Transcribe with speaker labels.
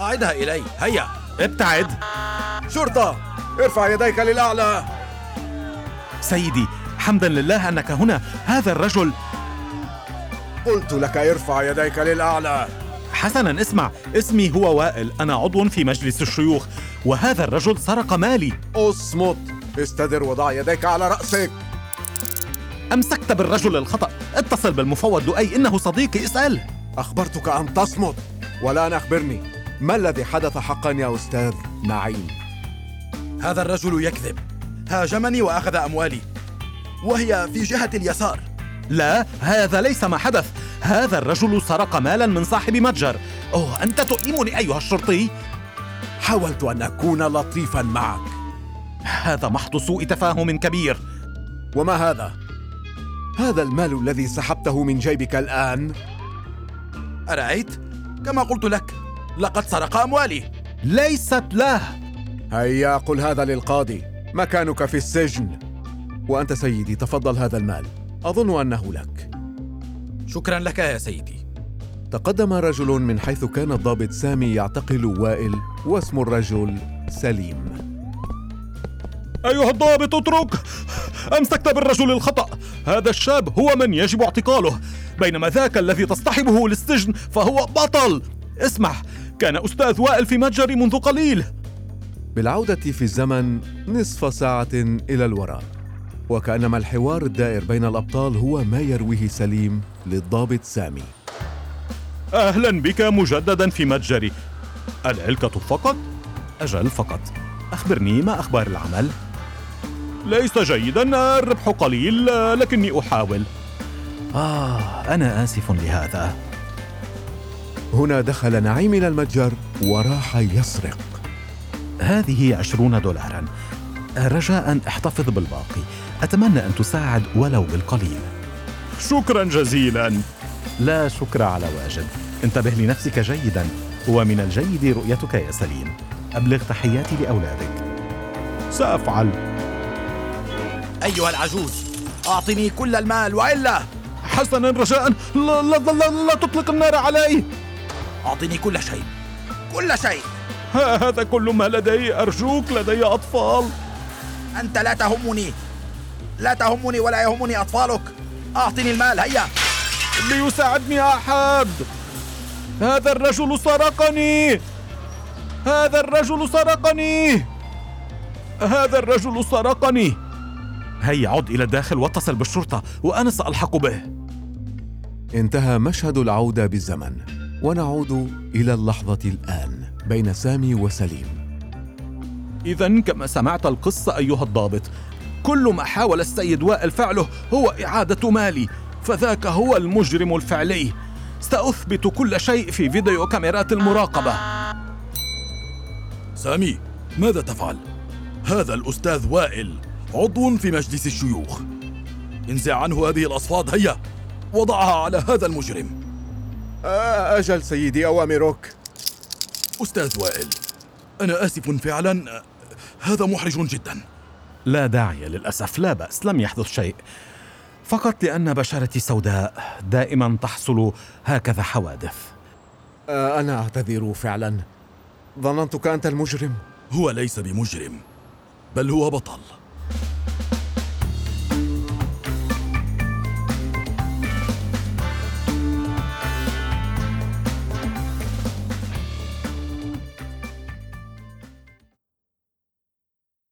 Speaker 1: أعدها إلي هيا
Speaker 2: ابتعد
Speaker 1: شرطة ارفع يديك للأعلى
Speaker 2: سيدي حمدا لله انك هنا هذا الرجل
Speaker 1: قلت لك ارفع يديك للأعلى
Speaker 2: حسنا اسمع اسمي هو وائل انا عضو في مجلس الشيوخ وهذا الرجل سرق مالي
Speaker 1: اصمت استدر وضع يديك على رأسك
Speaker 2: امسكت بالرجل الخطا اتصل بالمفوض لؤي انه صديقي اساله
Speaker 1: أخبرتك أن تصمت والآن أخبرني ما الذي حدث حقا يا أستاذ نعيم؟ هذا الرجل يكذب هاجمني وأخذ أموالي وهي في جهة اليسار
Speaker 2: لا هذا ليس ما حدث هذا الرجل سرق مالا من صاحب متجر اوه انت تؤلمني ايها الشرطي
Speaker 1: حاولت أن أكون لطيفا معك
Speaker 2: هذا محض سوء تفاهم كبير
Speaker 1: وما هذا؟ هذا المال الذي سحبته من جيبك الآن أرأيت؟ كما قلت لك لقد سرق أموالي
Speaker 2: ليست له
Speaker 1: هيا قل هذا للقاضي مكانك في السجن وأنت سيدي تفضل هذا المال أظن أنه لك شكرا لك يا سيدي تقدم رجل من حيث كان الضابط سامي يعتقل وائل واسم الرجل سليم
Speaker 2: ايها الضابط اترك امسكت بالرجل الخطا هذا الشاب هو من يجب اعتقاله بينما ذاك الذي تصطحبه للسجن فهو بطل اسمع كان استاذ وائل في متجري منذ قليل
Speaker 1: بالعودة في الزمن نصف ساعة إلى الوراء وكأنما الحوار الدائر بين الأبطال هو ما يرويه سليم للضابط سامي
Speaker 2: اهلا بك مجددا في متجري العلكه فقط اجل فقط اخبرني ما اخبار العمل ليس جيدا الربح قليل لكني احاول اه انا اسف لهذا
Speaker 1: هنا دخل نعيم إلى المتجر وراح يسرق
Speaker 2: هذه عشرون دولارا رجاء احتفظ بالباقي اتمنى ان تساعد ولو بالقليل شكرا جزيلا لا شكر على واجب انتبه لنفسك جيدا ومن الجيد رؤيتك يا سليم ابلغ تحياتي لاولادك سافعل
Speaker 1: أيها العجوز أعطني كل المال وإلا
Speaker 2: حسنا رجاء لا, لا, لا, لا تطلق النار علي
Speaker 1: أعطني كل شيء كل شيء
Speaker 2: ها هذا كل ما لدي أرجوك لدي أطفال
Speaker 1: أنت لا تهمني لا تهمني ولا يهمني أطفالك أعطني المال هيا
Speaker 2: ليساعدني أحد هذا الرجل سرقني هذا الرجل سرقني هذا الرجل سرقني هيا عد إلى الداخل واتصل بالشرطة وأنا سألحق به
Speaker 1: انتهى مشهد العودة بالزمن ونعود إلى اللحظة الآن بين سامي وسليم
Speaker 2: إذا كما سمعت القصة أيها الضابط كل ما حاول السيد وائل فعله هو إعادة مالي فذاك هو المجرم الفعلي سأثبت كل شيء في فيديو كاميرات المراقبة
Speaker 3: سامي ماذا تفعل؟ هذا الأستاذ وائل عضو في مجلس الشيوخ انزع عنه هذه الأصفاد هيا وضعها على هذا المجرم
Speaker 1: أجل سيدي أوامرك
Speaker 3: أستاذ وائل أنا آسف فعلا هذا محرج جدا
Speaker 2: لا داعي للأسف لا بأس لم يحدث شيء فقط لأن بشرتي سوداء دائما تحصل هكذا حوادث
Speaker 1: أنا أعتذر فعلا ظننتك أنت المجرم
Speaker 3: هو ليس بمجرم بل هو بطل